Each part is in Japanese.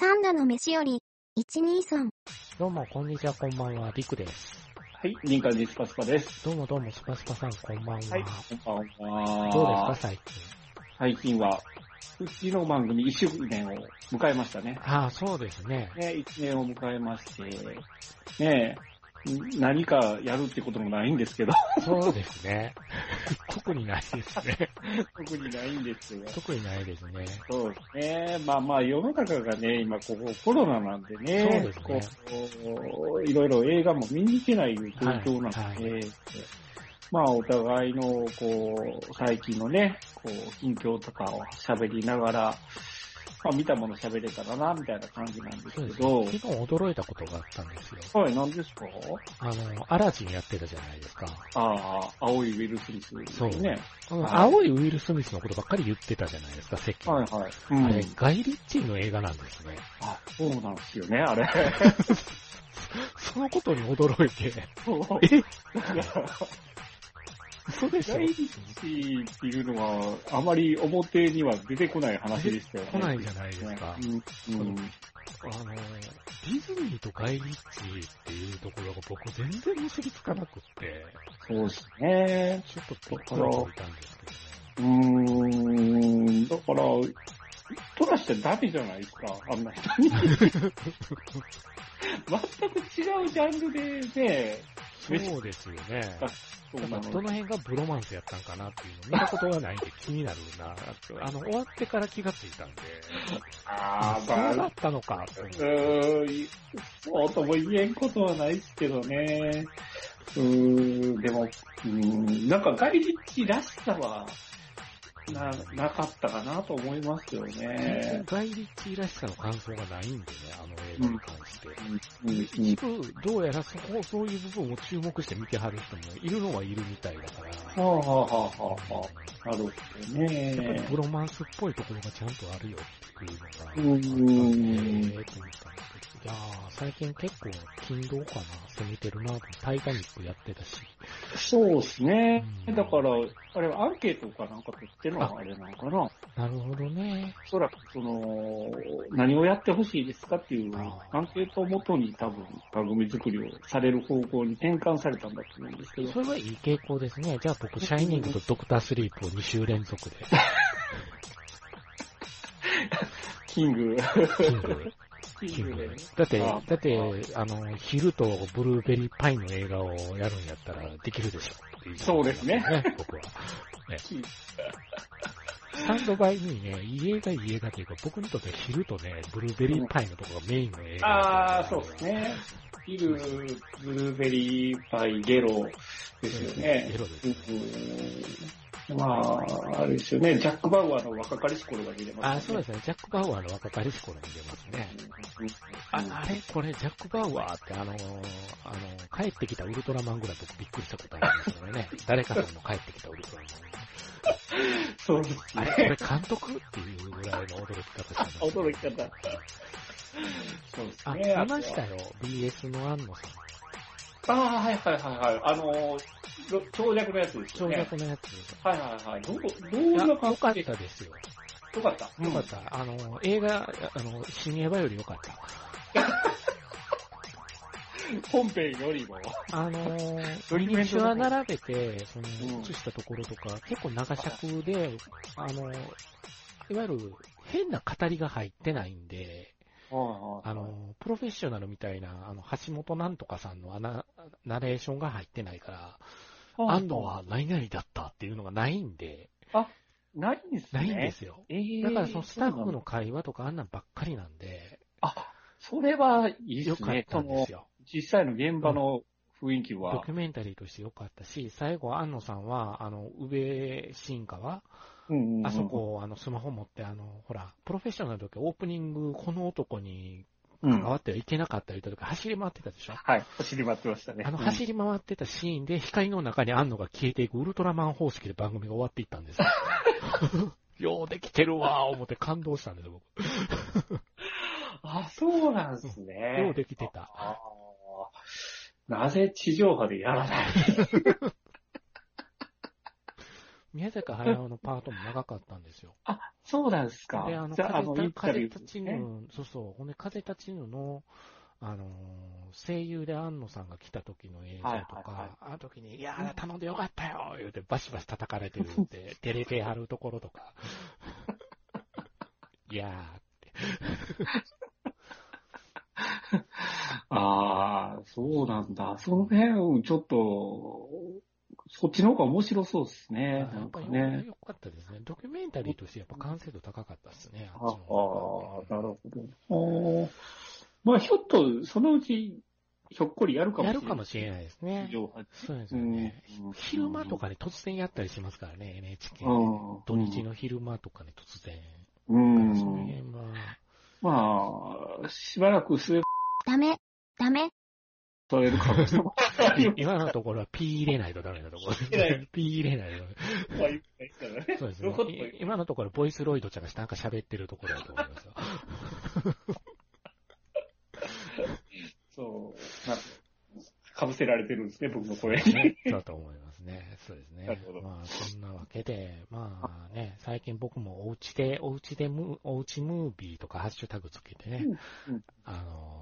ンダの飯より、123。どうも、こんにちは、こんばんは、りくです。はい、リンカージスパスパです。どうもどうも、スパスパさん、こんばんは。はい、こんばんは。どうですか、最近。最近は、うちの番組1周年を迎えましたね。ああ、そうですね。ね、1年を迎えまして、ねん何かやるってこともないんですけど、 そうですね。 特にないです ね。特にないんですが。特にないですね。そうですね。まあまあ、世の中がね、今ここコロナなんでね、そうですこういろいろ映画も見に行けない状況なんで、はまあお互いの、こう、最近のね、こう、近況とかを喋りながら、まあ見たもの喋れたらな、みたいな感じなんですそうですけどね。、昨日驚いたことがあったんですよ。はい、何ですかあの、アラジンやってたじゃないですか。ああ、青いウィル・スミスですね。あのはい青いウィル・スミスのことばっかり言ってたじゃないですか、世間。はいはい。うあれん、、ガイ・リッチーの映画なんですね。あ、そうなんですよね、あれ。そ のことに驚いて、 嘘でしょ大リッチーっていうのは、あまり表には出てこない話でしたよね。来ないじゃないですか。うんうんあの、ディズニーとガイ・リッチーっていうところが僕全然結びつかなくって、そうですね。ちょっとびっくりしていたんですけどね。うーん。だから、トラしちゃダメじゃないですか、あんな人 に。全く違うジャンルでね、そうですよね。そうだなからのどの辺がブロマンスやったんかなっていうの見たことがないんで気になるな。あの、終わってから気がついたんで。あーそうまだあったのか。うーん、そうとも言えんことはないですけどね。うーん、でも、うーん、なんかガイリッチらしさは、な、なかったかなと思いますよね。ガイ・リッチーらしさの感想がないんでね、あの映画に関して。うん、うん一、部、どうやらそこ、そういう部分を注目して見てはる人もいるのはいるみたいだから。はあはあはあはあはあ。なるほどやっぱりね。ブロマンスっぽいところがちゃんとあるよっていうのがあったうんで、んえーと思ったんですけどいやー、最近結構勤労かな、攻めてるな、タイタニックやってたし、そうですねうん。だから、あれ、アンケートかなんか取ってんのあはあれなのかな。なるほどね。おそらく、その、何をやってほしいですかっていうあーアンケートをもとに多分番組作りをされる方向に転換されたんだと思うんですけど、それはいい傾向ですね。じゃあ僕、シャイニングとドクタースリープを2週連続 で、キング、キング、キキンングでグね。。だって、だあって、あの、昼とブルーベリーパイの映画をやるんやったらできるでしょっていそうですね。僕は。キングスタンドバイにね、いい映画いい映画というか、僕にとっては昼とね、ブルーベリーパイのとこがメインの映画。ああ、そうです。ね。ビル、ブルーベリーパイ、ゲロですよね。ゲロですねうんまあ、あれですよね。ジャック・バウアーの若かりし頃が見れます、あーそうですね。ジャック・バウアーの若かりし頃に出ますね。うん。ああれこれ、ジャック・バウアーってあのーあのー帰ってきたウルトラマンぐらい僕びっくりしたことありますよね。誰かさんの帰ってきたウルトラそうですマン。あれね。これ監督っていうぐらいの驚き方した。 驚き方。そうですあ、ね。見ましたよ。BS の安野さん。ああ、はいはいはいはい。あの、ろ長尺のやつです長よね。尺のやつ。はいはいはい。どう、どいんやな良感かっじでたですよ。よかった。良かった。あのー、映画、あのー、新エヴァより良かった。本編よりも。あのー、ドミリニブルチとュかア並べて、そのう、ん映したところとか、結構長尺で、あのー、いわゆる変な語りが入ってないんで、ああのー、プロフェッショナルみたいな、あの、橋本なんとかさんのアナ、ナレーションが入ってないから、安藤は何々だったっていうのがないんで、ないんですね。ないんですよ。えーだからそのスタッそうなフの会話とかあんなんばっかりなんで、あ、それはいいで良すかっね。たそんでのす、よ。実際の現場の雰囲気ドはキ。ュメンタリーとして良かったし、最後、安野さんは、あの、上新川うんうんうんあそ。こ、あの、スマホ持って、あの、ほら、プロフェッショナルの時、オープニング、この男にうん。関わってはいけなかった言った時、走り回ってたでしょはい。走り回ってましたね。あの、うん走り回ってたシーンで、光の中にあんのが消えていくウルトラマン方式で番組が終わっていったんですよ。 ようできてるわー、思って感動したんですよ、僕。あ、そうなんですね。ようできてた。あ ーなぜ地上波でやらない宮坂駿のパートも長かったんですよ。そうなんですか。で、あの、じゃあ、あ風の、イ立ンタ風ビュ立ちー、ぬね。、そうそう、ほんで、風立ちぬの、あのー声優で安野さんが来た時の映像はいとはいはか、いあの時に、いやー、頼んでよかったよ言うて、バシバシ叩かれてるんで、照れてはるところと か。いやああ、そうなんだ。その辺、うんちょっと、そっちの方が面白そうですー、ね。やっなんぱかりね。良かったですね。ドキュメンタリーとしてやっぱ完成度高かったですね、あああっちの方ー、なが。るほど。あーまあ、ひょっと、そのうち、ひょっこりやるかもやしれなるい。かもしれないですね。上波そうですよねうん。昼間とかに突然やったりしますからね、NHK で。うん土日の昼間とかに突然。うそのん。辺は、まあ、しばらく末っダメ、ダメ、とれるかもしれない。今のところは P 入れないとダメなところ入れな。 P 入れないと。そう ですねどこどこ。い今のところボイスロイドちゃんがなんか喋ってるところだと思いますよ。そう、なんか、かぶせられてるんですね、僕の声に。ねだと思いますね。そうですね。なるほどまあ、そんなわけで、まあね、最近僕もお家で、お家でムー、おうちムービーとかハッシュタグつけてねうんうん、あの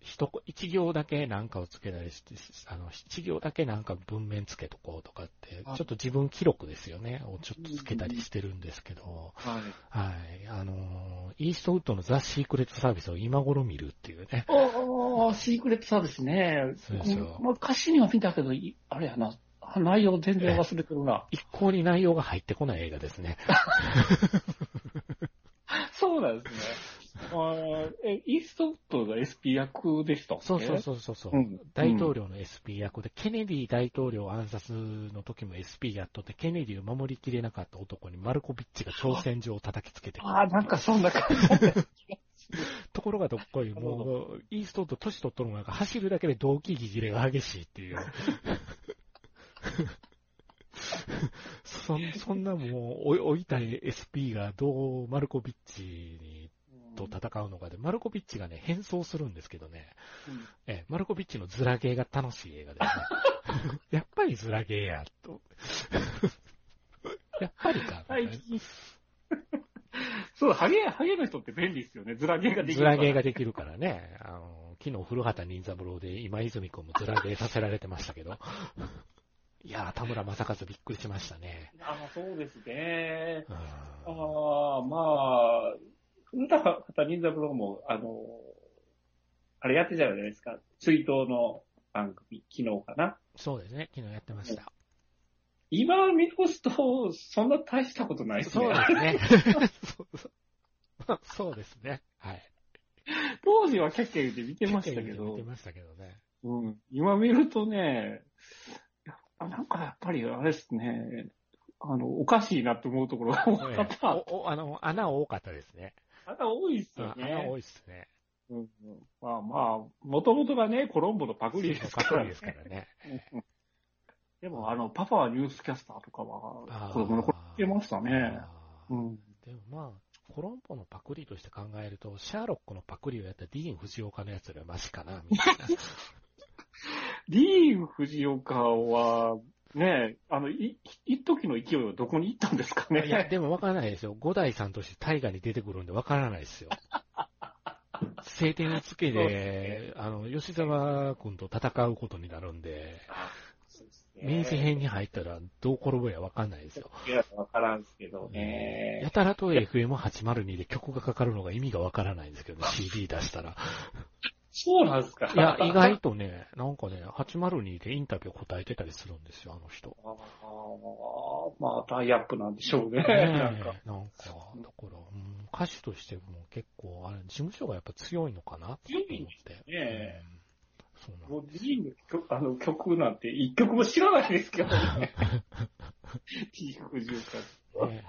ー、一こ、一行だけなんかをつけたりして、あの、一行だけなんか文面つけとこうとかって、ちょあっと自分記録ですよね、をちょっとつけたりしてるんですけど、はい。はい。あのー、イーストウッドのザ・シークレットサービスを今頃見るっていうね。ああ、シークレットサービスね。そうですよまあ、歌詞には見たけど、いあれやな、内容全然忘れてるな。一向に内容が入ってこない映画ですね。そうなんですね。あーえ、イーストウッドが SP 役でしたっけそうそうそうそうそう、うん大統領の SP 役で、ケネディ大統領暗殺の時も SP やっとって、ケネディを守りきれなかった男にマルコビッチが挑戦状を叩きつけてくるああ、なんかそんな感 じ。ところがどっこい、なるもう、イーストウッド年取っとるのが走るだけで動機ぎじれが激しいっていう。そんそんなもう、お老いた SP がどうマルコビッチにと戦うのかで、マルコビッチがね、変装するんですけどね、うんええマルコビッチのズラゲーが楽しい映画です ね。やっぱりズラゲーや、と。 やっぱりか。最近。 そう、ハゲ、ハゲの人って便利ですよね。ズラゲーができズるから。ラゲーができるからね。あの、昨日古畑任三郎で今泉君もズラゲーさせられてましたけ ど。いやー、田村正和びっくりしましたね。ああ、そうですね。うんああ、まあ、古田方任三郎も、あの、あれやってたじゃないですか。追悼の番組、昨日かな。そうですね。昨日やってました。今見越すと、そんな大したことないですそうねで。すね。そうそうまあ そうですね。はい。当時はキャッキャ言って見てましたけ見どて、ましたけどね。うん、今見るとね、あなんかやっぱりあれですね、あの、おかしいなと思うところが多かっええた。 おおあの、穴多かったですね。穴多いっすうんよ穴ね。多いですね。うんうんまあまあ、もともとがね、コロンボのパクリですかパクらリねです。からね。でも、あの、パパはニュースキャスターとかは、子供の頃見てましたね。あうーん。でもまあ、コロンボのパクリとして考えると、シャーロックのパクリをやったディーン・フジオカのやつよりはマシかな、みたいな。 ディーン・フジオカは、ね、あの、い、一時の勢いはどこに行ったんですかね。いや、でもわからないですよ。五代さんとして大河に出てくるんでわからないですよ。晴天をつけそうで、あの、吉沢君と戦うことになるんで、そうですね明治編に入ったらどう転ぶやわかんないですよ。いや、わからんすけどねや。たらと FM802 で曲がかかるのが意味がわからないんですけど ね、CD 出したら。そうなんですか。い や、意外とね、なんかね、802でインタビュー答えてたりするんですよ、あの 人。あー。まあ、タイアップなんでしょうね。ねえなんか。なんか、だから、うん、歌手としても結構、あれ、事務所がやっぱ強いのかなって強思いんでって。ねえうんそうなんもう、ディーンの曲あの曲なんて一曲も知らないですけど ね。ディーン・フジオカ。ね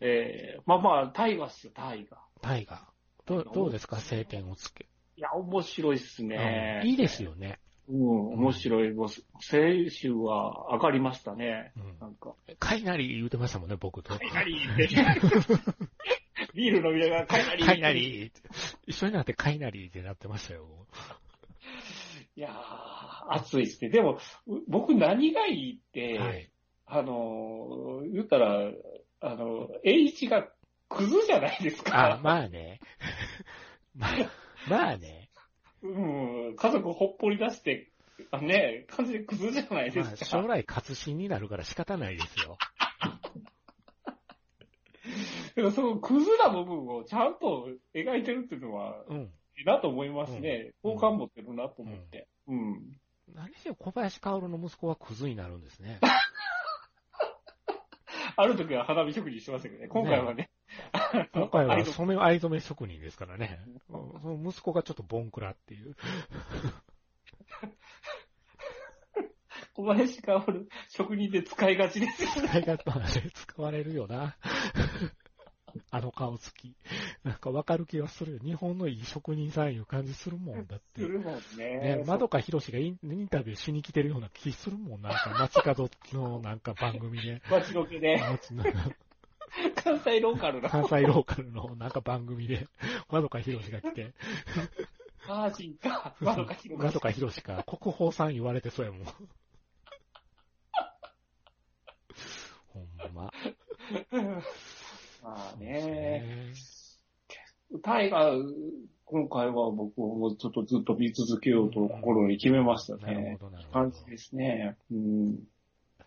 えー、まあまあ、タイガーっすよ、タイガー。タイガー。どうどうですか、晴天をつけ。いや、面白いっすね。うんいいですよね。うん、面白い。もう、先週は上がりましたね。うんなんか。かいなり言うてましたもんね、僕と。カイナリーって。ビール飲みながらカイナリー。かいなりって一緒になってかいなりってなってましたよ。いやー、暑いっすね。でも、う僕何がいいって、はい。あの、言ったら、あの、H がクズじゃないですあか。、まあね。 まあ、まあね。うん、家族ほっぽり出して、あね、完全にクズじゃないでまあ、すか。将来活死になるから仕方ないですよ。でもそのクズな部分をちゃんと描いてるっていうのは、うん。いいなと思いますね。うん好感持ってるなと思って。うん。何せよ小林薫の息子はクズになるんですね。ある時は花火職人してましたけどね、今回はね。 今回あのは染め藍染め職人ですからね。うんその息子がちょっとボンクラっていう。小林薫、職人で使いがちですよね。大学の話で使われるよな。 あの顔つき。なんかわかる気がするよ。日本のいい職人さんいう感じするもんだっすて。るもんねね。、窓かひろしがインインタビューしに来てるような気するもん。なんか街角のなんか番組で。街ロケで、街の関西ローカルな、関西ローカルのなんか番組で、 窓かひろしが来て、マージンか、窓か広が窓かひろしか国宝さん言われてそうやもん。 ほんま。 まあそうね。ですタイガー、今回は僕もちょっとずっと見続けようと心に決めましたね。なるね。ほど、なるほ感どじ。ですね。うん。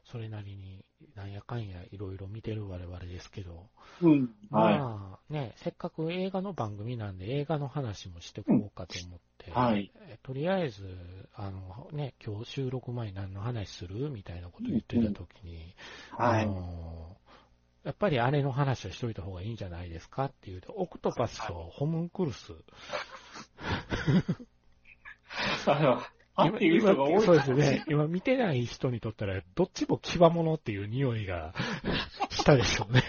それなりに、なんやかんやいろいろ見てる我々ですけど、うん。はまあね、せっかく映画の番組なんで映画の話もしてこうかと思って、い。はい。えとりあえず、あのね、今日収録前に何の話するみたいなこと言ってた時に、はあい。のやっぱりあれの話をしといた方がいいんじゃないですかっていうと、オクトパスとホムンクルス。 あの、あっていう人が多い今そうですね。今見てない人にとったら、どっちもキバモノっていう匂いが したでしょうね。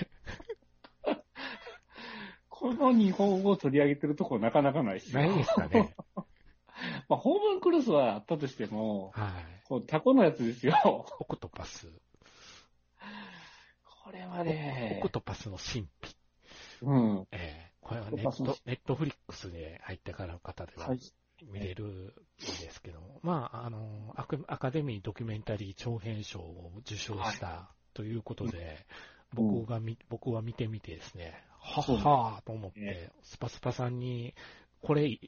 この日本語を取り上げてるとこなかなかないし。ないですかね。まあ、ホームランクロスはあったとしても、はい。こうタコのやつですよ。オクトパス。 これはねオク、トパスの神秘。うん。ええこれはオクネトパッスのトネットフリックスで入ってからの方でははい。見れるんですけど、まあ、あのアク、アカデミードキュメンタリー長編賞を受賞したということで、うん僕が見、僕は見てみてですね、はそうっはーと思っねて、スパスパさんに、これ、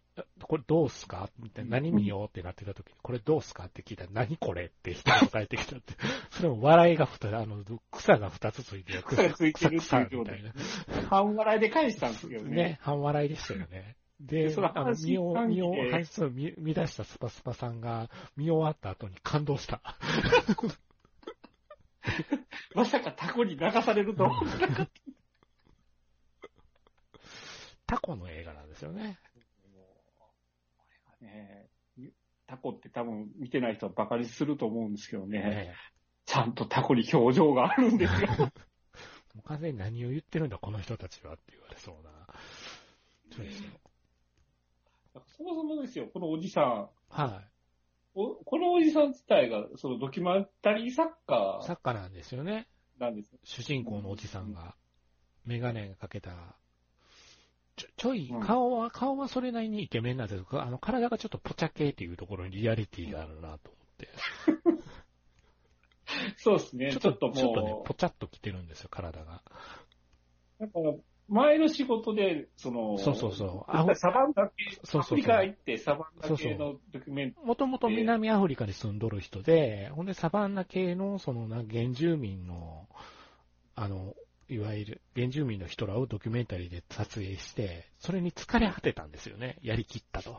これどうすかみたいな、うん何見ようってなってた時に、これどうすかって聞いたら、何これって人が返ってきたって、それも笑いが二つ、あの、草が二つついてる。草がついてる草っていうみ状た態いな。半笑いで返したんですけどね。ね、半笑いでしたよ ね。で、そのあの、阪神見を、関係見を、はい、そう、見、見出したスパスパさんが、見終わった後に感動した。まさかタコに流されると。タコの映画なんですよね。ねタコって多分見てない人はバカにすると思うんですけどね。ねちゃんとタコに表情があるんですよ。 もう完全に何を言ってるんだ、この人たちはって言われそうな。そうですよ。そもそもですよ、このおじさん。はおこのおじさん自体が、そのドキュメンタリー作い。サ家ッカーなんですよね。なんですよ。主人公のおじさんが、メガネかけた、ちょ、ちょいうん、顔は、顔はそれなりにイケメンなんですけど、あの、体がちょっとポチャ系っていうところにリアリティがあるなと思って。そうですね、ちょっとちょっとねも、うポ、チャっときてるんですよ、体が。なんか前の仕事で、その、そうそうそう。アアフフサバンダ系、そうアフそうリそカう。行ってサバンダ系のドキュメンもともと南アフリカに住んどる人で、ほんでサバンナ系の、そのな、原住民の、あの、いわゆる原住民の人らをドキュメンタリーで撮影して、それに疲れ果てたんですよね。やりきったと。い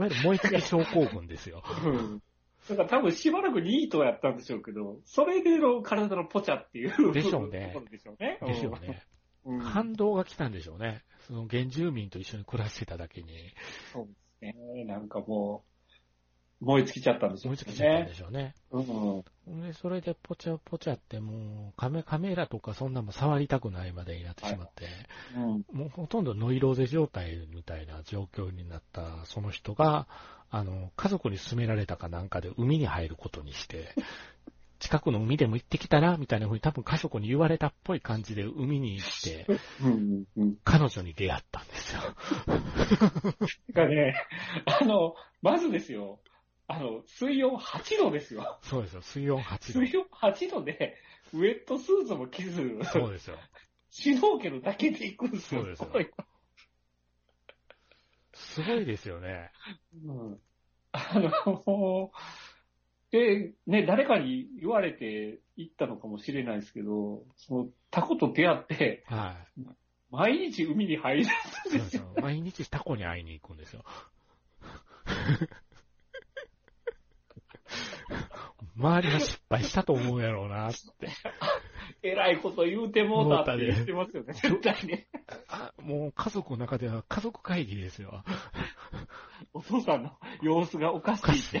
わゆる燃え尽き症候群ですよ。うんだから多分しばらくニートやったんでしょうけど、それでの体のポチャっていう。でしょうねところでしょうね。ですよね。うん。うん感動が来たんでしょうね。その原住民と一緒に暮らしてただけに、そうですね。なんかもう、燃え尽きちゃったんでしょう燃え尽ね。きちゃったんでしょうね。うん。で、それでポチャポチャってもうカメ、カメラとかそんなもん触りたくないまでになってしまって、うん。もうほとんどノイローゼ状態みたいな状況になったその人が、あの、家族に勧められたかなんかで海に入ることにして、 近くの海でも行ってきたらみたいな風に多分家族に言われたっぽい感じで海に行って、うん。うん。彼女に出会ったんですよ。てかね、あの、まずですよ、あの、水温8度ですよ。 そうですよ。水温8水温8度で、ウェットスーツも着ず、度。そうですよ。シュノーケルだけで行くんですよ。そうですよすごいですよね。うんあの、もう、で、ね、誰かに言われて行ったのかもしれないですけど、その、タコと出会って、は毎日海に入りい。出すそうんでですすよ。 よ。毎日タコに会いに行くんですよ。周りは失敗したと思うやろうなって。えらいこと言うてもうたって言ってますよね、絶対ね。あ、もう家族の中では家族会議ですよ。お父さんの様子がおかし いって。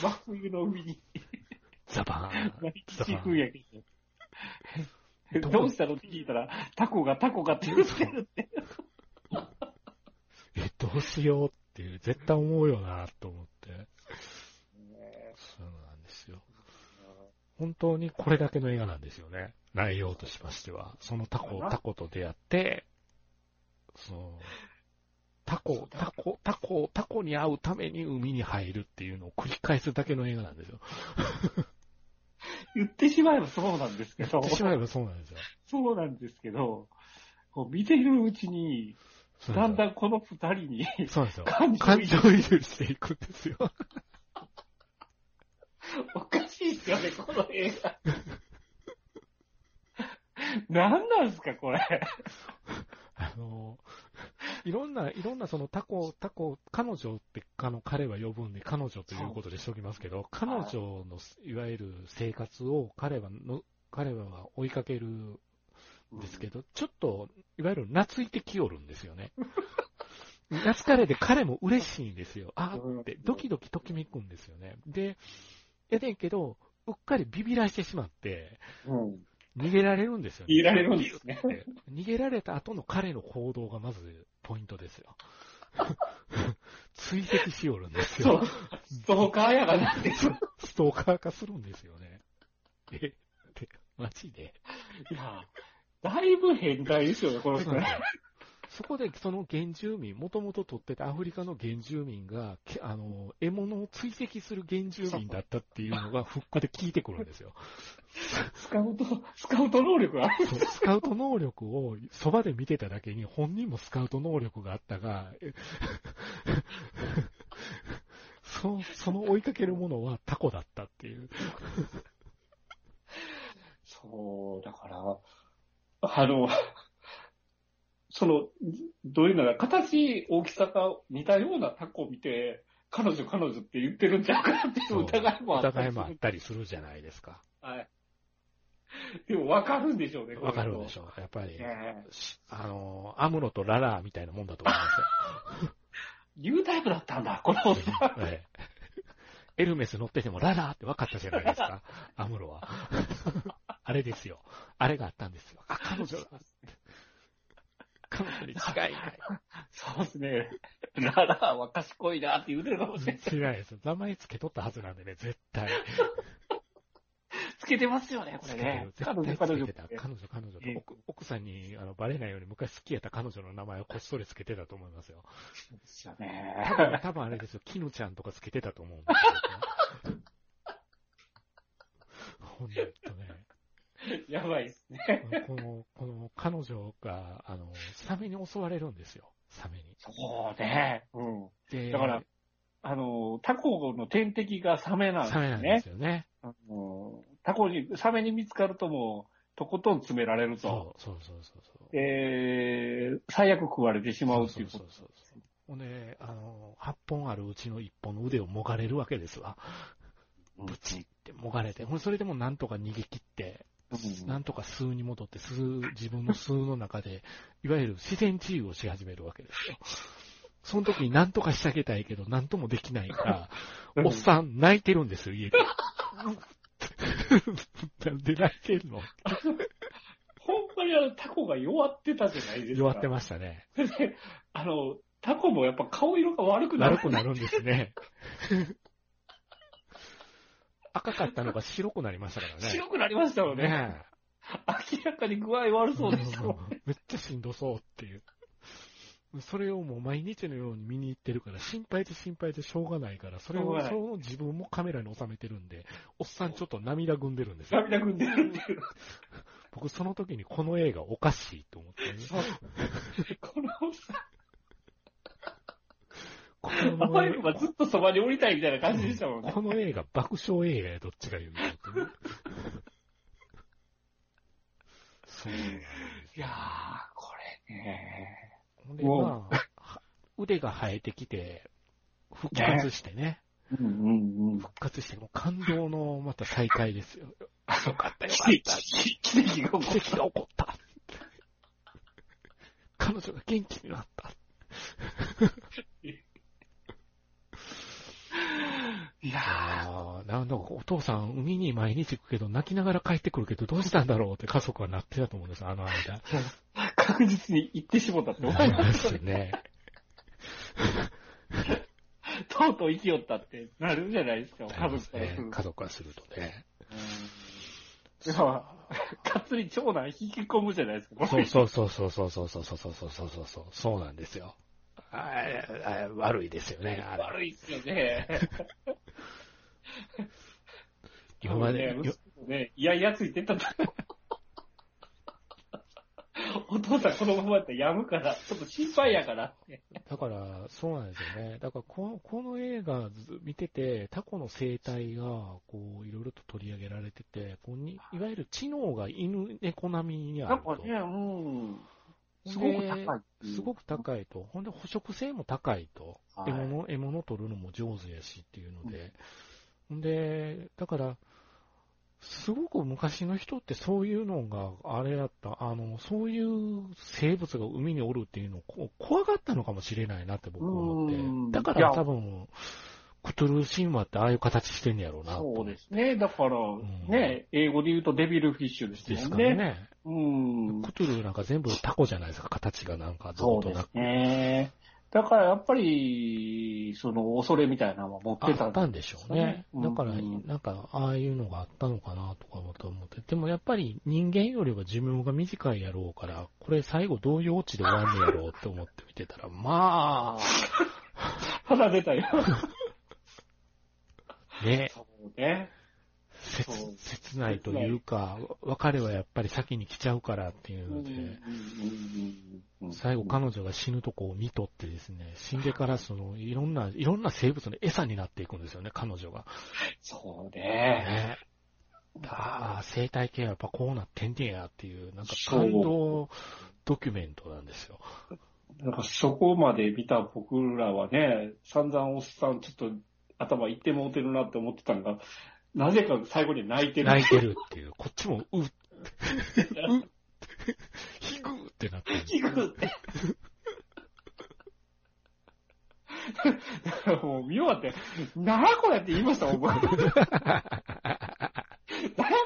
真冬の海にザバーン。毎日行くんやけど。どうどうしたのって聞いたら、タコがタコがって言ってるって。え、どうしようっていう、絶対思うよなと思って。そうなんですよ。本当にこれだけの映画なんですよね。内容としましては。そのタコ、タコと出会って、その、タコ、タコ、タコ、タコに会うために海に入るっていうのを繰り返すだけの映画なんですよ。言ってしまえばそうなんですけ言どって。しまえばそうなんですよ。そうなんですけど、こう見ているうちに、そうなだんだんんこの二人にですよそうなんですよ。感情感移情入移入していくんですよ。おかしいですよね、この映画。なんなんすか、これ。あの、 いろんな、いろんなそのタコ、タコ、彼女って、あの、彼は呼ぶんで、彼女ということでしておきますけど、彼女の、いわゆる生活を彼はの、彼は追いかけるんですけど、ちょっと、いわゆる懐いてきよるんですよね。 懐かれて彼も嬉しいんですよ。あーって、ドキドキときめくんですよね。で、やねんけど、うっかりビビらしてしまって、うん。逃げられるんですよね。言いられるんですね。えー 逃げられた後の彼の行動がまずポイントですよ。 追跡しおるんですそうよ。。ストーカーやがなんて。いストーカー化するんですよね。え、で、マジで。や、だいぶ変態ですよね、この人ね。そこで、その原住民、もともと取ってたアフリカの原住民が、けあの、獲物を追跡する原住民だったっていうのが、復活で聞いてくるんですよ。スカウト、スカウト能力は。そうスカウト能力をそばで見てただけに、本人もスカウト能力があったが、 えそその追いかけるものはタコだったっていう。そう、だから、あの、 その、どういうのかな、形、大きさが似たようなタコを見て、彼女彼女って言ってるんちゃうかなっていう疑いもあっ疑たりいすもあっる。たりするじゃないですか。はい。でも分かるんでしょうね、わかるんでしょょう。やっぱり、ねえしあの、アムロとララーみたいなもんだと思いますよ。ニュータイプだったんだ、このおっさん。ええエルメス乗っててもララーって分かったじゃないですか。アムロは。あれですよ。あれがあったんですよ。あ、彼女だ。彼女に違いない。そうですね。ララは賢いなって言うてるかもしれない。知らないです。名前つけとったはずなんでね、絶対。つけてますよね、これね。絶対つけてた。彼彼女女、彼女とええ奥奥さんにあのバレないように昔好きやった彼女の名前をこっそりつけてたと思います よ。ですよ多ね。分多分あれですよ、キヌちゃんとかつけてたと思うんですよ、ね。ほんとね。やばいです ね。この、この彼女が、あの、サメに襲われるんですよ。サメに。そうね。うん。で、だから、あの、タコの天敵がサメなんですサメなんでね。すよね。あのタコに、サメに見つかるともう、とことん詰められると。そうそうそうそうそう。えー、最悪食われてしまうっていうそこうそうそうそう。ほんで、あの、8本あるうちの1本の腕をもがれるわけですわ。と。ブチってもがれて。ほんでそれでもなんとか逃げ切って、うんなんとか数に戻って、数、自分の数の中で、いわゆる自然治癒をし始めるわけですよ。その時に何とかしてあげたいけど、何ともできないから、うんおっさん泣いてるんですよ、家で。なんで泣いてんのほんまにあの、タコが弱ってたじゃないですか。弱ってましたね。で あの、タコもやっぱ顔色が悪くなる。悪くなるんです ね。赤かったのが白くなりましたからね。白くなりましたよね。ね明らかに具合悪えそうですよ。めっちゃしんどそうっていう。それをもう毎日のように見に行ってるから、心配で心配でしょうがないから、それしょうをがないその自分もカメラに収めてるんで、おっさんちょっと涙ぐんでるんですよ。涙ぐんでるっていう。僕その時にこの映画おかしいと思って、ね、 このおっさんこあのまりはずっとそばに降りたいみたいな感じでしたもんね。この映画爆笑映画や、どっちが言うのってね、そうなんですいよやー、これね。ほんで、もうまあ、は腕が生えてきて、復活してね。うんうんうん。復活して、もう感動のまた再会ですよ。あ、よかったよか奇っ跡た。、奇跡が起こ奇跡が起こった。彼女が元気になった。る。いやああ、なんだかお父さん海に毎日行くけど、泣きながら帰ってくるけど、どうしたんだろうって家族はなってたと思うんです、あの間。ー、確実に行ってしもたって思いまですすよね。ね。とうとう生きよったってなるじゃないですか、家族からすると。家族からするとね。うんいや、かつに長男引き込むじゃないですか、こそうれそうそうそうそうそうそうそうそうそうそうそうそうなんですよ。あああ悪いですよね。あれ悪いっすよね。今まで、ね、ね、いやいやついてたと。 お父さんこのままやったらやむから、ちょっと心配やから。だから、そうなんですよね。だからこの、この映画ず見てて、タコの生態が、こう、いろいろと取り上げられてて、こうにいわゆる知能が犬、猫並みにあると。うん。ですごく高いっていうすごく高いと。ほんで、捕食性も高いと。は獲い物、獲物取るのも上手やしっていうので。ほんで、だから、すごく昔の人ってそういうのが、あれだった、あの、そういう生物が海におるっていうのをこ怖がったのかもしれないなって僕は思っうて。んだから多分、クトゥルー神話ってああいう形してんねやろうなと。そうですね。だから、んね、英語で言うとデビルフィッシュですですかもんね。らね。うん。クトゥルーなんか全部タコじゃないですか、形がなんか、ずっそうとでなすね。だからやっぱり、その恐れみたいなのは持ってたあったんでしょうね。うんだからうん、なんか、ああいうのがあったのかなとかもと思って。でもやっぱり人間よりは寿命が短いやろうから、これ最後どういうオチで終わんのやろうって思って見てたら、ま肌出 たよ。あ、ね、そうね。切そう切ないというか、別れはやっぱり先に来ちゃうからっていうので、最後彼女が死ぬとこを見とってですね、死んでからその、いろんな、いろんな生物の餌になっていくんですよね、彼女が。そうね。ね。ああ、生態系はやっぱこうなってんねやっていう、なんか感動ドキュメントなんですよ。なんかそこまで見た僕らはね、散々おっさんちょっと頭いってもうてるなって思ってたんが、なぜか最後に泣いてる。泣いてるっていう、こっちもう、う、ひぐーってなってる。聞くって。 だからもう見終わって、なあこれって言いましたもん、僕。なあ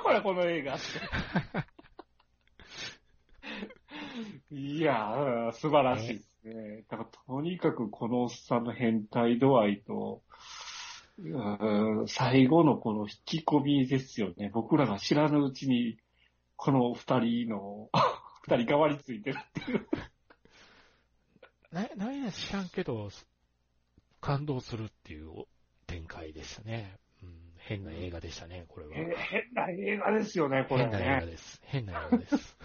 これこの映画って。いやー、素晴らしいですね。だからとにかくこのおっさんの変態度合いと、うーん最後のこの引き込みですよね。僕らが知らぬうちに、この二人の、 二人変わりついてるな、なんや知らんけど、感動するっていう展開でしたね。うん、変な映画でしたね、これは。え変な映画ですよね、これ変な映画ね。です。変な映画です。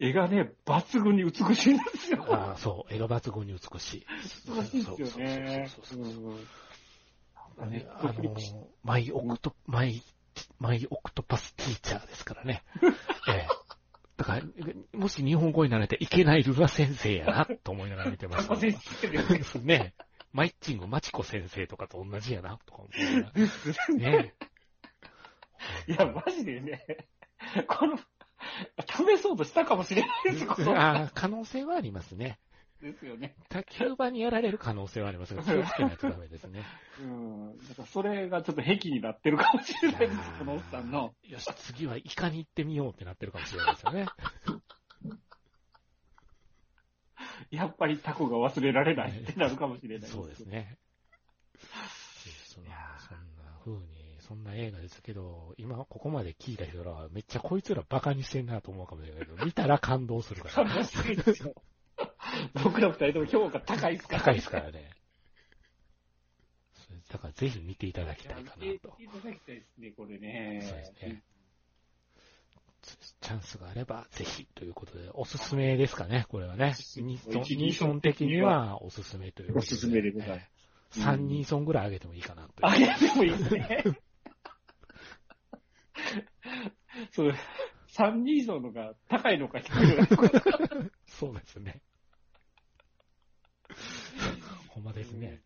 絵がね、抜群に美しいんですよ。ああ、そう、映画抜群に美しい。美しいですよねそう。そうそうそうそううんあネッのトフリックスマイオクト、マイ、マイオクトパスティーチャーですからね。 ええ。だから、もし日本語になれていけないルア先生やな、と思いながら見てました。先生ですね。マイッチング、マチコ先生とかと同じやな、とか思いながら。ねいや、マジでね、この、試そうとしたかもしれないです、このああ、可能性はありますね。ですよね。卓球場にやられる可能性はあり ますが、気をつけないとダメですね。うん。だからそれがちょっと癖になってるかもしれないです、 このおっさんの。よし、次はイカに行ってみようってなってるかもしれないですよね。やっぱりタコが忘れられないってなるかもしれない。そうです。ね。そんいなや風に、そんな映画ですけど、今ここまで聞いた人らはめっちゃこいつらバカにしてんなと思うかもしれないけど、見たら感動するから。感動してるんですよ。僕ら二人とも評価高いっすから。高いですからね。それだからぜひ見ていただきたいかな見てと。いただきたいですね、これそうねです。ね。チャンスがあればぜひということで、おすすめですかね、これはね。ニーソン一ニーソン的にはおすすめということおすすめでございますええ三ニーソンぐらい上げてもいいかなとあいう。げてもいいですね。そう、3人以上のが高いのか低いのか。そうです ね。ほんまですね。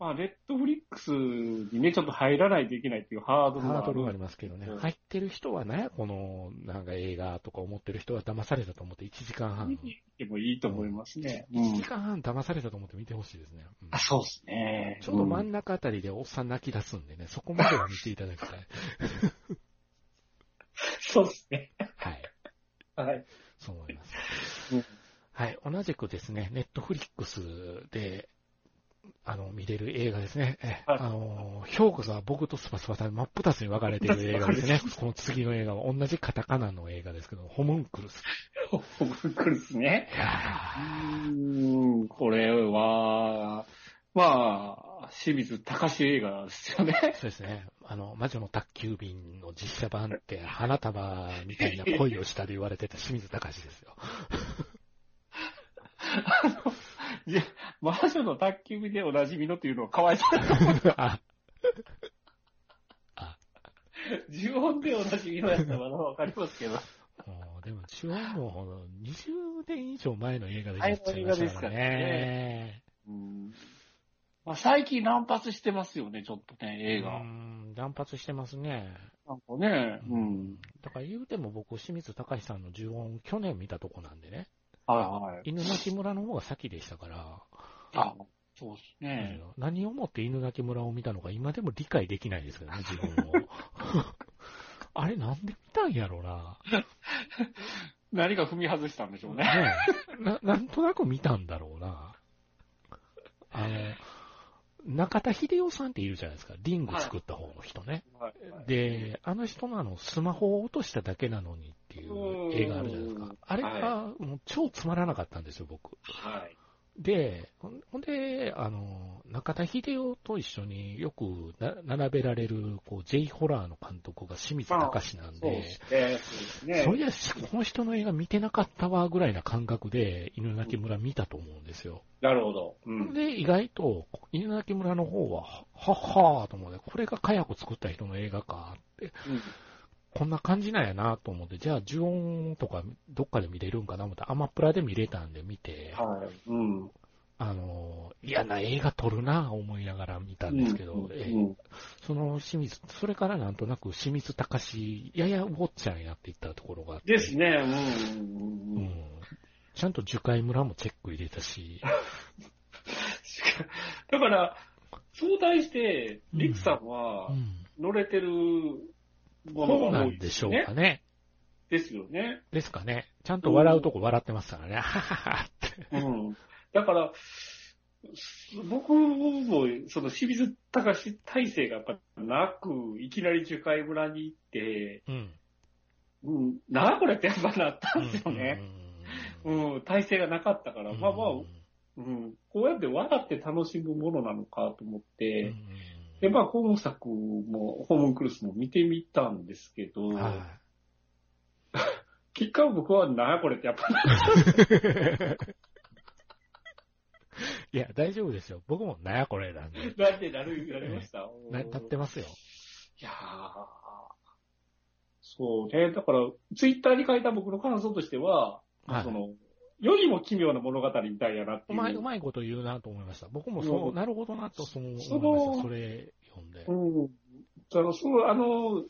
まあ、ネットフリックスにね、ちょっと入らないといけないっていうハードルハがードルがああるり。ますけどねうん。入ってる人はね、この、なんか映画とか思ってる人は騙されたと思って1時間半。でもいいと思いますね。う1時ん。間半騙されたと思って見てほしいですね。うんあ、そうですね。ちょうど真うん中あたりでおっさん泣き出すんでね、そこまでは見ていただき たい。そうですね。はい。はい。そう思いますうん。はい。同じくですね、ネットフリックスで、あの、見れる映画ですね。えはいあの、評価が僕とスパスパさん真っ二つに分かれている映画ですね。この次の映画は同じカタカナの映画ですけど、ホモンクルス。僕ですね。いやうーん、これは、まあ、清水隆映画ですよね。ーそうですね。あの、魔女の宅急便の実写版って花束みたいな恋をしたと言われてた清水隆です よ。いや、魔女の卓球部でおなじみのっていうのはかわいそう。あ呪音でおなじみのやつはまだわかりますけど。もうでも、中央も20年以上前の映画でっちゃいあれの映画ましでたすかかららねね。うんまあ、最近乱発してますよね、ちょっとね、映う画。ん、乱発してますね。なんかね、うん。だから言うても僕、清水隆さんの呪音、去年見たとこなんでね。はいはい。犬鳴村の方が先でしたから、あ、そうですね。何をもって犬鳴村を見たのか今でも理解できないですけど ね、自分を。 あれなんで見たんやろう な。何か踏み外したんでしょうね。ねえな、なんとなく見たんだろうな。あの、中田秀夫さんっているじゃないですか。リング作った方の人ね。で、あの人のあの、スマホを落としただけなのにっていう映画あるじゃないですうかん。あれが、もう超つまらなかったんですよ、僕。はい。で、ほんほんで、あの、中田秀夫と一緒によくな並べられる、こう、J ホラーの監督が清水隆なんそうでで、すね。そうですね。そういや、この人の映画見てなかったわ、ぐらいな感覚で、犬鳴村見たと思うんですよ。なるほど。うん。で、意外と、犬鳴村の方は、はっはーと思って、これがカヤコ作った人の映画か、って、こんな感じなんやなと思って、じゃあ、呪音とか、どっかで見れるんかなと思って、アマプラで見れたんで見て、はい。うん。あのー、嫌な映画撮るなぁ思いながら見たんですけど、うんええうんその清水、それからなんとなく清水隆、ややウォッチャーになっていったところがあって、ですね。うんうんううんんちゃんと樹海村もチェック入れた し、だから、相対して、リクさんはう、ん、乗れてるそものうがな多いんでしょうかね。ですよね。ですかね。ちゃんと笑うとこ笑ってますからね。はははって。うん。だから、す僕も、その清水隆体制がやっぱなく、いきなり樹海村に行って、うん。うん、なあこれってやっぱなったんですよね。う。うんん、体制がなかったから、まあまあ、うんうん、こうやって笑って楽しむものなのかと思っうて、んで、まあ、今作も、ホームクルスも見てみたんですけど、は結果僕は、なあこれってやっぱな、い。いや、大丈夫ですよ。僕も、なやこれなんで。 なんてなる、なりました。な、立ってますよ。いやーそうね。だから、ツイッターに書いた僕の感想としては、はいそ。の、世にも奇妙な物語みたいやなってういう。まい、うまいこと言うなと思いました。僕もうそんう、なるほどなと、その、思いまそのした。それ読んでう。ん。あの、そう、あの、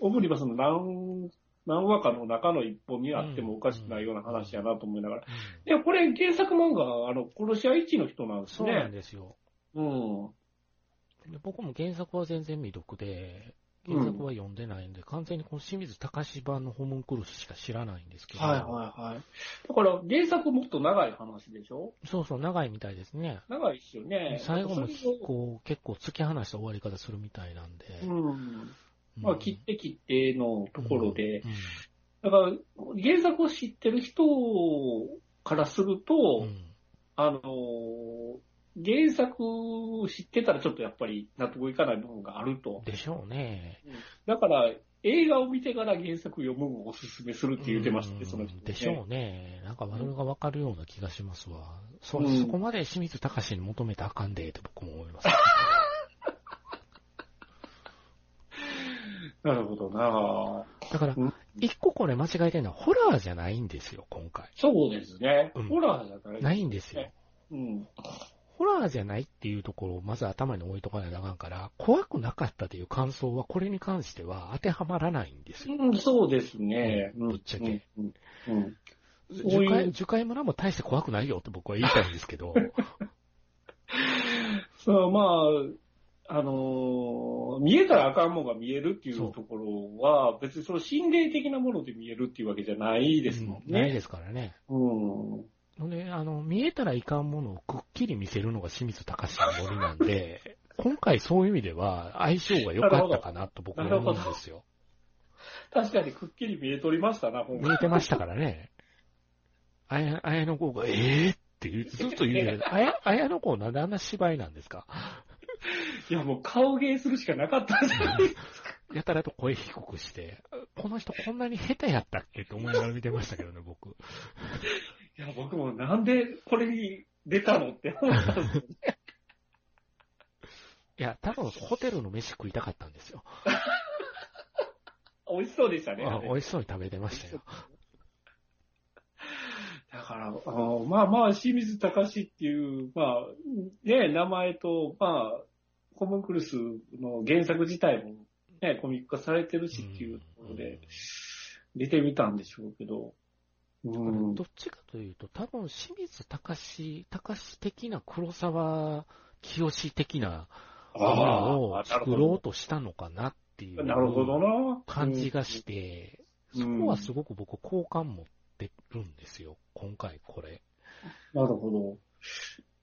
オムニバスの何、何話かの中の一本にあってもおかしくないような話やなと思いながら。うんいや、これ原作漫画、あの、殺し屋一の人なんですそうなんね。ですよ。うん。で僕も原作は全然未読で、原作は読んでないんで、完全にこの清水隆版のホモンクルスしか知らないんですけど、はいはいはい。だから、原作もっと長い話でしょそうそう、長いみたいですね。長いっすよね。最後もそれをこう結構突き放した終わり方するみたいなんで、うん。まあ、うん切って切ってのところで、うんだから、原作を知ってる人からすると、うんあのー原作知ってたらちょっとやっぱり納得いかない部分があると。でしょうね。だから、映画を見てから原作読むのをおすすめするって言ってましたね、その人、ね。でしょうね。なんか、それがわかるような気がしますわ。そ、うんそこまで清水隆に求めたらあかんで、と僕も思い ます。なるほどなだからうん、一個これ間違えてるのは、ホラーじゃないんですよ、今回。そうですね。うんホラーじゃない。ないんですよ。うん。ホラーじゃないっていうところをまず頭に置いとかないとあかんから、怖くなかったという感想は、これに関しては当てはまらないんですよ。うん、そうですね。うんぶっちゃけ。うん。うんそう樹いう海、樹海村も大して怖くないよって僕は言いたいんですけど、そう、まあ、あのー見えたらあかんもんが見えるっていうそうところは、別にその心霊的なもので見えるっていうわけじゃない ですもんうんないね。ですからね。うん。ほんで、あの、見えたらいかんものをくっきり見せるのが清水隆の森なん で、今回そういう意味では相性が良かったかなと僕は思うんですよ。確かにくっきり見えとりましたな、今見回。えてましたからね。あや、あやの子が、ええー、って言うずっと言うじゃないですか。あや、あやの子なんであんな芝居なんですかいや、もう顔芸するしかなかったんじゃないですか。やたらと声低くして、この人こんなに下手やったっけって思いながら見てましたけどね、 僕。いや、僕もなんでこれに出たのって 思ったんですよいや、多分ホテルの飯食いたかったんですよ。美味しそうでしたね。ああれ美味しそうに食べてましたよ。だから、あのまあまあ、清水隆っていう、まあ、ね、名前と、まあ、コムンクルスの原作自体も、ね、コミック化されてるしっていうところで、出てみたんでしょうけど、うん、どっちかというと、多分清水隆、隆的な黒沢清的なものを作ろうとしたのかなっていうなるほどな。感じがして、うんそこはすごく僕好感持ってるんですよ。今回これ。なるほど。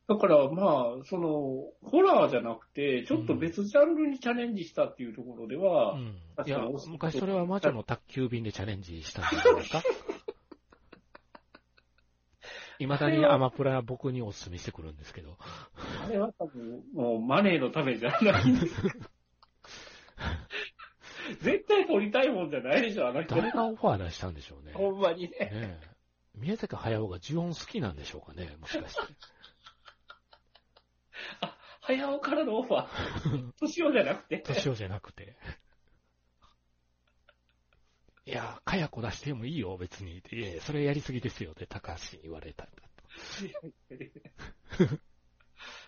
だからまあ、その、ホラーじゃなくて、ちょっと別ジャンルにチャレンジしたっていうところでは、うん。い確かやにお、昔それは魔女の宅急便でチャレンジしたんじゃないです か未だにアマプラ僕にお勧めしてくるんですけど。あれは多分、もうマネーのためじゃ ないんです絶対取りたいもんじゃないでしょ、あの人。誰がオファー出したんでしょうね。ほんまにねね。え宮崎駿が呪音好きなんでしょうかね、もしかして。早尾からのオファー。年をじゃ なくて。年をじゃなくて。いや、かやこ出してもいいよ、別に。いやいやそれやりすぎですよ、って高橋に言われたんだ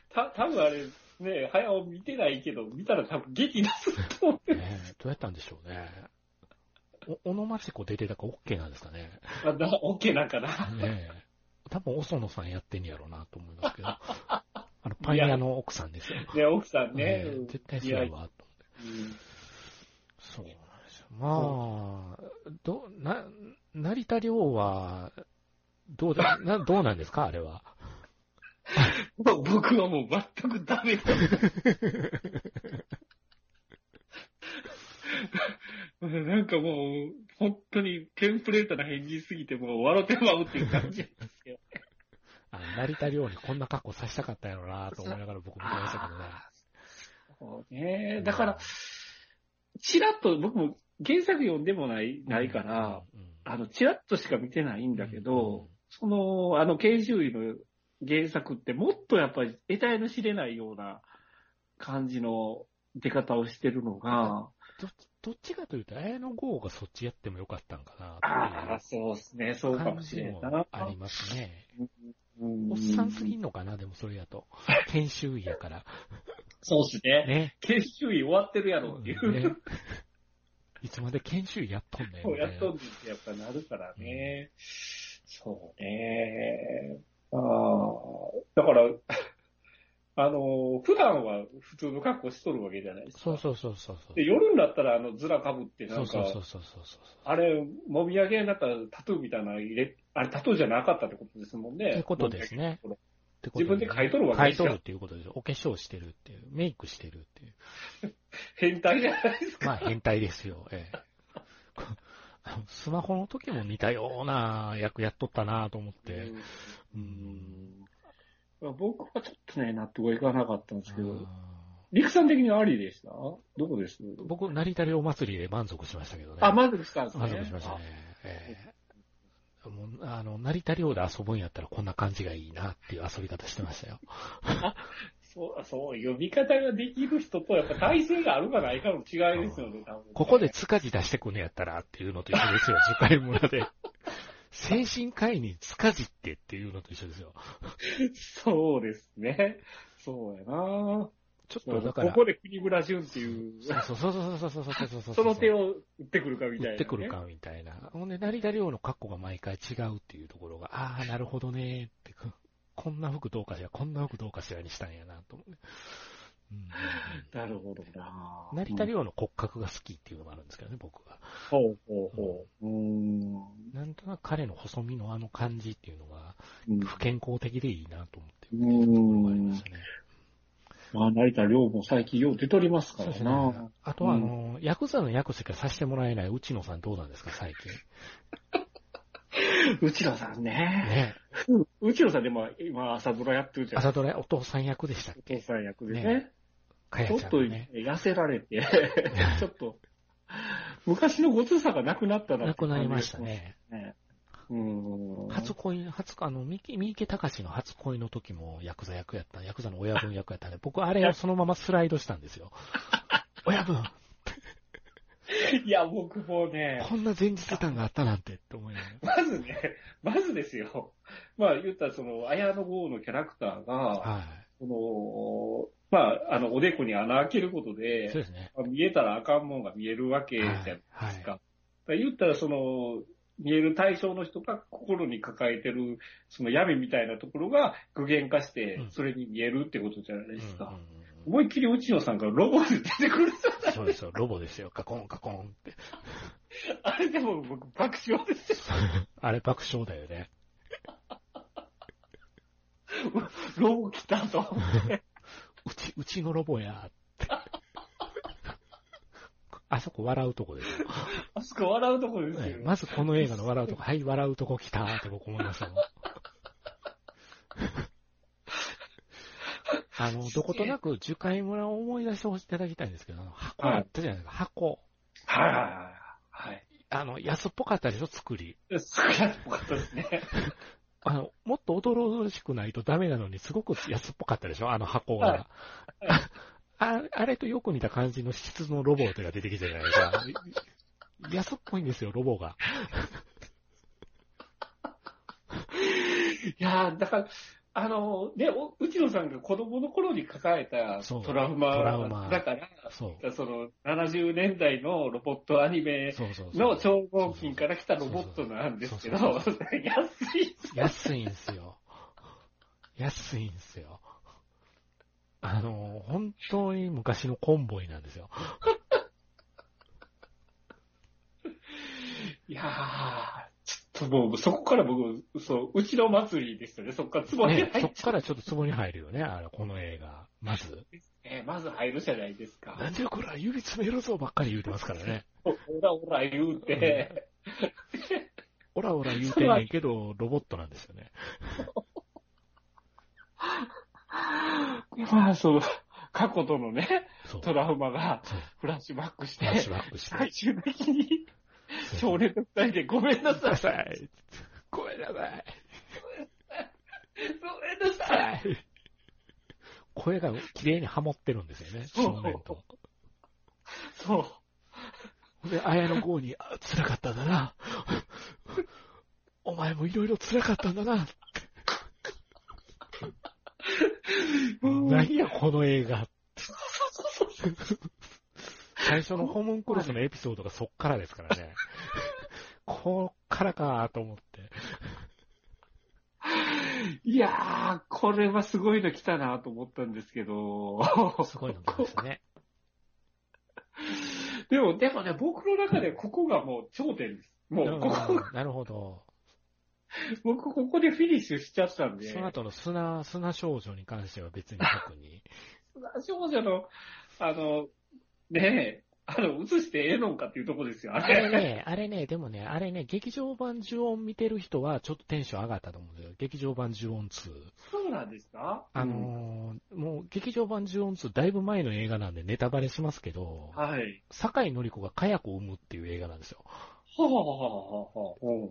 た、多分あれ、ね、早尾見てないけど、見たら多分激出すと思と。ねえどうやったんでしょうね。お、小野町子出てたから OK なんですかね。う。なんだ、OK なんかな。ねえ多分、おそのさんやってんやろうなと思いますけ ど。あの、パン屋の奥さんですよ。ね、奥さんねね。え絶対そういや、うやんわ、と。そうなんですよ。まあ、ど、な、成田凌は、どう だ、な、どうなんですかあれは。もう僕はもう全くダメだ。 なんかもう、本当にテンプレートな返事すぎて、もう笑ってまうっていう感じなんですけど。あ成田凌にこんな格好させたかったんやろうなと思いながら僕見てましたけどね。そうね。だから、ちらっと僕も原作読んでもない、 ないから、うん、あの、ちらっとしか見てないんだけど、その、あの、研修医の原作ってもっとやっぱり得体の知れないような感じの出方をしてるのが、ど、どっちかというと、綾野剛がそっちやってもよかったんかあなあ、ってそうですね、いそううか感もしじれんもな。ありますね。うんおっさんすぎんのかなでもそれやと。研修医や から。そうですね。ね。研修医終わってるやろっていう。ね いつまで研修医やっとんねんそうみたいな。やっとんねんってやっぱなるからね。そうね。ああ、だから、あの、普段は普通の格好しとるわけじゃないですか。そうそうそうそうそう。で夜になったらあの、ズラかぶってなそんうそうかそ、うそうそうそう。あれ、もみあげになったらタトゥーみたいなの入れ、あれタトゥーじゃなかったってことですもんね。ってことですね。これってこと自分で買い取るわけ買でいすよ取るっていうことですよ。お化粧してるっていう。メイクしてるっていう。変態じゃないですか。まあ変態ですよ。ええ。 こあのスマホの時も似たような役やっとったなと思って。ううんん。まあ僕はちょっとね、納得いかなかったんですけうどん、陸さん的にはありでしたどこです僕、成田お祭りで満足しましたけどね。あ、満足したんですね。満足しましたね。ええもうあの、成田寮で遊ぶんやったらこんな感じがいいなっていう遊び方してましたよ。そう、そう、呼び方ができる人と、やっぱ体制があるかないかの違いですよね、多分、ここで。塚地出してくんねやったらっていうのと一緒ですよ、樹海村 で。精神科医に塚地ってっていうのと一緒ですよ。そうですね。そうやなちょっとだこから、こで国村淳っていう、そうそうそうそうそうそうそうそうそう。その手を打ってくるかみたいな、打ってくる。かみたいな。ほんで、成田寮の格好が毎回違うっていうところが、ああ、なるほどねーって、ここんな服どうかしら、こんな服どうかしらにしたんやなと思うね。うんうんうんなるほどな成田凌の骨格が好きっていうのがあるんですけどね、僕は。ほうほうほう。うーん。なんとなく彼の細身のあの感じっていうのが、うん不健康的でいいなと思ってう見てたところがありーまんし。たね。まあ、成田亮も最近よう出とりますかそうらですなね。あとは、あの、ヤクザの役しかさせてもらえない内野さんどうなんですか、最近。うちのさんね。ね。うちのさんでも今朝ドラやってるじゃない朝ドラお父さん役でしたっお父けさん役でねねかやちょちゃっんとのね。痩せられて、 ちょっと、昔のごつさがなくなったな亡ってく感なじりまがしたしますね。ね。うん。初恋、初、あの、三木、三池隆の初恋の時もヤクザ役やった、ヤクザの親分役やったんで、僕あれをそのままスライドしたんです よ。親分いや、僕もね、こんな前日感があったなんてって思いな がら。まずね、まずですよ。まあ、言ったらその、綾野剛のキャラクターが、はその、まあ、あの、おでこに穴開けることい。でそう、ですね。まあ見えたらあかんもんが見えるわけじゃないですか。だから言ったら、その、見える対象の人が心に抱えてる、その闇みたいなところが具現化してうん、それに見えるってことじゃないうんですか。うん思いっきり内野さんがロボで出て くる。うんそうですよ。ロボですよ。カコンカコンって。あれでも僕爆笑ですよ。あれ爆笑だよね。 ロボ来たと思って。うち、うちのロボや って。あそこ笑うとこですよ。あそこ笑うとこですよ。ねまずこの映画の笑うとこ、はい、笑うとこ来たって僕思いましたもん。 あの、どことなく樹海村を思い出していただきたいんですけど、あの箱あったじゃないですか、箱。はいはいはいはい。あの、安っぽかったでしょ、作り。はい。すごい安っぽかったで すね。あの、もっと驚々しくないとダメなのに、すごく安っぽかったでしょあの箱はいが。あああれとよく似た感じの質のロボットが出てきたじゃないですか。安っぽいんですよ、ロボが。いやーだから、あのね、お内野さんが子供の頃に抱えたそうトラウトラウママだから、そう。その70年代のロボットアニメそうそうそう。の超合金から来たロボットなんですけど、そうそう安そい。安いんすよ。安いんすよ。あの、本当に昔のコンボイなんですよ。いやーちょっともう、そこから僕、そう、うちの祭りでしたね。そこからつぼにね、入そっっからちょっとツボに入るよね、あれ、この映画。まず。て、まず入るじゃないですか。なんじゃこら、指詰めろぞばっかり言うてますからね。ほらほら言うて、オラオラ言うてんねんけど、ロボットなんですよね。まあ、その、過去とのね、そう。トラウマがそうフラッシュバックしフラッてシュ、バックして。最終的に、そう少年の二人でごめんなごめんさいな。さい。ごめんなさい。ごめんなさい。声が綺麗にハモってるんですよね、そう正面と。そう。で、綾野剛に、あ辛かったんだな。お前もいろいろ辛かったんだな。何や、この映画。最初のホムンクルスのエピソードがそっからですから ね。こっからかと思って。いやー、これはすごいの来たなと思ったんですけど。すごいの来ましたね。でも、でもね、僕の中でここがもう頂点です。もう、ここ、なるほど。僕ここでフィニッシュしちゃったんで。その後の砂、砂少女に関しては別に特に。少女の、あの、ねえ、あの、映してええのんかっていうとこですよ、ああれれ。ね、あれね、でもね、あれね、劇場版呪音見てる人はちょっとテンション上がったと思うんですよ。劇場版呪音2。そうなんですかあ、のーもう劇場版呪音2だいぶ前の映画なんでネタバレしますけど、うんはい。酒井のり子が火薬を生むっていう映画なんですよ。はははははは。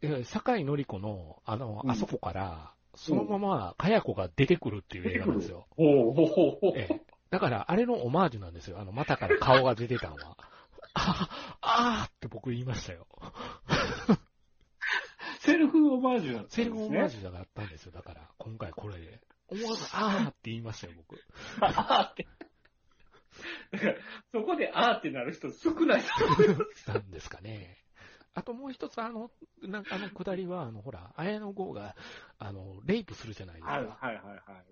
え酒井のり子の、あの、うんあそこから、そのまま火薬が出てくるっていう映画なんですよ。おおほほほ。ええだから、あれのオマージュなんですよ。あの、またから顔が出てたのは。 あ、あーって僕言いましたよ。セルフオマージュなんですセね。リフオマージュがあったんですよ。だから、今回これで。思わず、あーって言いましたよ、僕。 あーって。だからそこであーってなる人少ないと思います。なんですかね。あともう一つ、あの、なんかあの下りは、あの、ほら、綾野剛が、あの、レイプするじゃないですか。はいは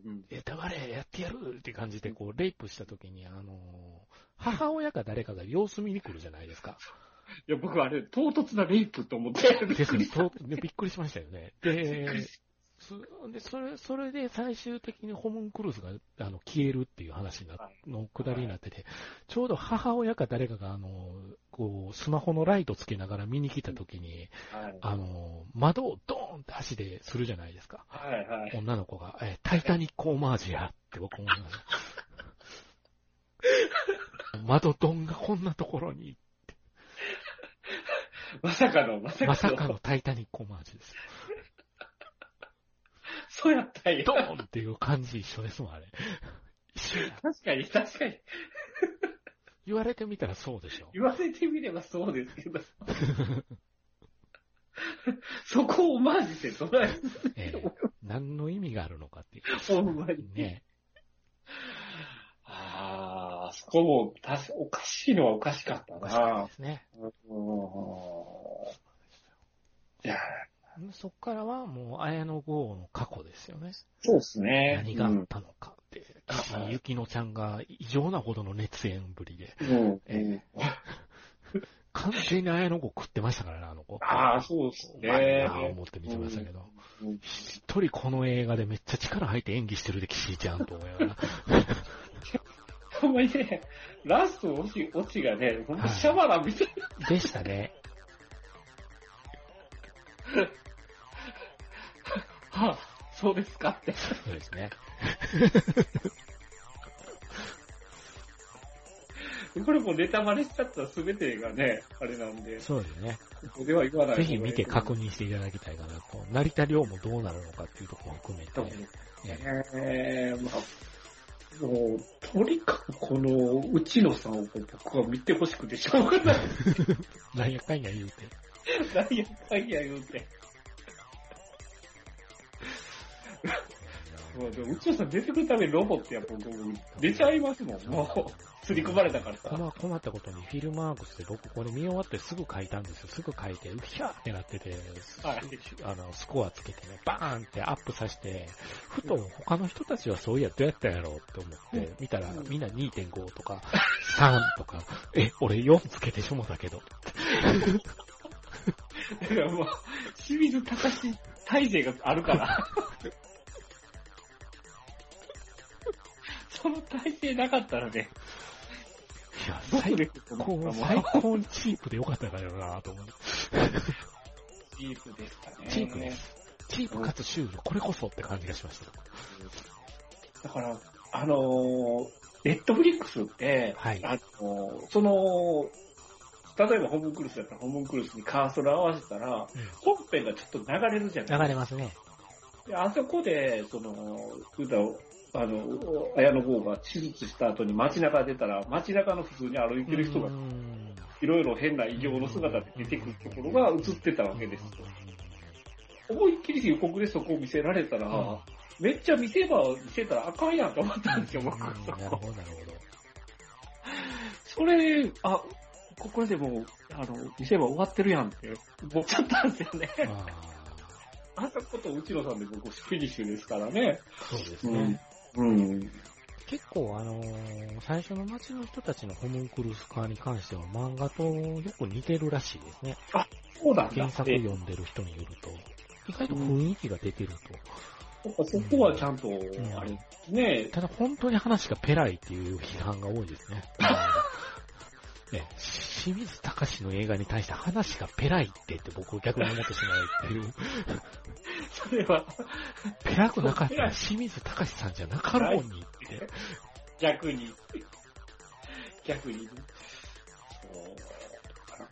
い。うんえ、黙れ、やってやるって感じで、こう、レイプした時に、あの、母親か誰かが様子見に来るじゃないですか。いや、僕あれ、唐突なレイプと思ってるんですびっそうでびっくりしましたよね。くりでし、そでそれそれで最終的にホムンクルーズがあの消えるっていう話になはいのくだりになってて、ちょうど母親か誰かがあのこうスマホのライトつけながら見に来た時に、はいあの窓をドーンって足でするじゃないですか。はいはい。女の子が、え、タイタニックオマージュやって僕思い ました。窓ドンがこんなところに、まさかの、まさまかさの。かのタイタニックオマージュですよ。そうやったんや。ドーンっていう感じ一緒です もん、あれ。一緒や確かに、確かに。言われてみたらそうでしょ。言わせてみればそうです けど。そこをオマージュしてどないえ え何の意味があるのかっていほんまにう。ね。ああ、そこも、たし、おかしいのはおかしかったおかしかったなで。すね。うんいや、そっからはもう、綾野剛の過去ですよね。そうですね。何があうっんたのかって。岸井ゆきのちゃんが異常なほどの熱演ぶりで、うんえ完全に綾野剛食ってましたからね、あの子。ああ、そうですうまいねな。ぁ思って見てましたけど。うん一人この映画でめっちゃ力入って演技してるで、岸井ちゃんと思いながら。ほんまにね、ラストのオチ、オチがね、ほんまシャバラみたいな、でしたね。はあそうですかって。そうですね。これもうネタバレしちゃったら全てがね、あれなんで、そうですね。ここでは言わない。ぜひ見て確認していただきたいかなと。成田凌もどうなるのかっていうところも含めそうてで。すえね。えー、まあ、もう、とにかくこの、うちのさんを僕は見てほしくてしょうがない。えなんやかんや言うて。何やかんや言うて。もうでもうちのさん出てくるためにロボってやっぱ僕も出ちゃいますもん、もう。刷り込まれたからさ。困困ったことにフィルマークスで僕これ見終わってすぐ書いたんですよ。すぐ書いて、うひゃーってなってて、はいあの、スコアつけてね、バーンってアップさせて、ふと他の人たちはそういや、どうやったんやろうって思って、見たらみんな2.5とか3とか、え、俺4つけてしもたけど、だからもう、清水隆体制があ るから。その体制なかったらね、いや、どこ最でこの高、も最高にチープでよかったからなと思って。チープですかね。チープです。チープかつシュール、これこそって感じがしました。だから、あのー、ネットフリックスって、はいあのーその、例えばホムンクルスだったらホムンクルスにカーソル合わせたら、本編がちょっと流れるじゃない流れますね。であそこで、その、普段、あの、綾野剛が手術した後に街中出たら、街中の普通に歩いてる人がうー、んいろいろ変な異形の姿で出てくるところが映ってたわけですよ。思いっきり予告でそこを見せられたら、めっちゃ見せ場を見せたらあかんやんと思ったんですよ、僕。うんなるほど、なるほど。それ、あ、ここでもう、あの、見せ場終わってるやんって思っちゃったんですよね。ああそこと内野さんで僕フィニッシュですからね。ーそうですね。。うん。結構、あのー最初の街の人たちのホムンクルス化に関しては漫画とよく似てるらしいですね。そうなんだ。原作読んでる人によると。意外と雰囲気が出てると。やっぱそこはちゃんと、あれ、ね ただ本当に話がペライっていう批判が多いですね。ね、清水隆の映画に対して話がペラいってって僕を逆に思ってしまうっていう。 それは、ペラくなかったら清水隆さんじゃなかろうにって。逆に。逆に。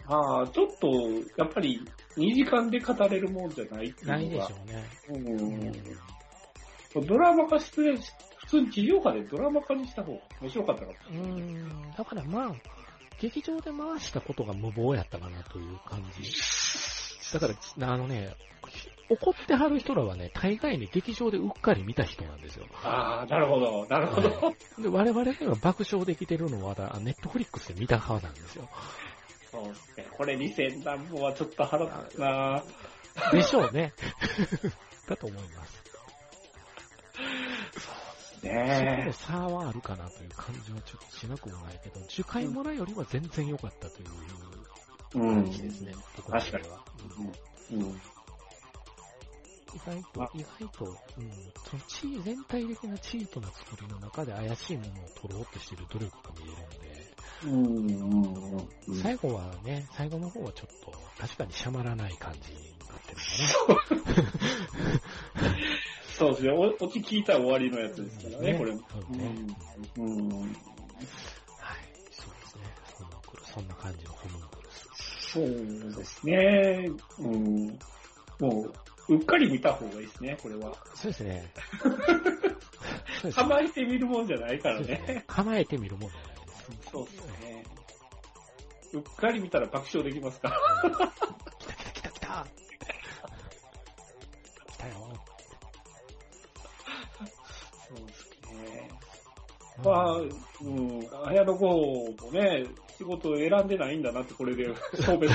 ああ、ちょっと、やっぱり、2時間で語れるもんじゃないっていうのがないでしょうね。うん。ドラマ化失礼し、普通に地上波でドラマ化にした方が面白かったかもしうーん、だからまあ、劇場で回したことが無謀やったかなという感じ。だから、あのね、怒ってはる人らはね、大概に劇場でうっかり見た人なんですよ。ああ、なるほど、なるほど。で、我々には爆笑できてるのは、ネットフリックスで見た派なんですよ。そうですね。これ2000何本はちょっと腹立つなでしょう ね。だと思います。そこのね差はあるかなという感じはちょっとしなくもないけど、樹海村よりは全然良かったというう感じですね、僕の中では。うんうん。意外とあ、意外と、うん、その地位、全体的なチープな作りの中で怪しいものを取ろうとしてる努力が見えるんで、うん。うん。うん。最後はね、最後の方はちょっと、確かにしゃまらない感じになってるそうですね。おオチ聞いたら終わりのやつのでかすな。からね、これ。そうね。うんうん。はい。そうですね。ホムンクルスそんな感じのホムンクルス。そうですね。うん。もう、うっかり見た方がいいですね、これは。そうですね。そうですね構えてみるもんじゃないからそうですね。ね構えてみるもんじゃないです。 そうですね。うっかり見たら爆笑できますから。来た来た来た来た来たよ。そうですね。まあ、うん、綾野剛もね、仕事を選んでないんだなって、これで証明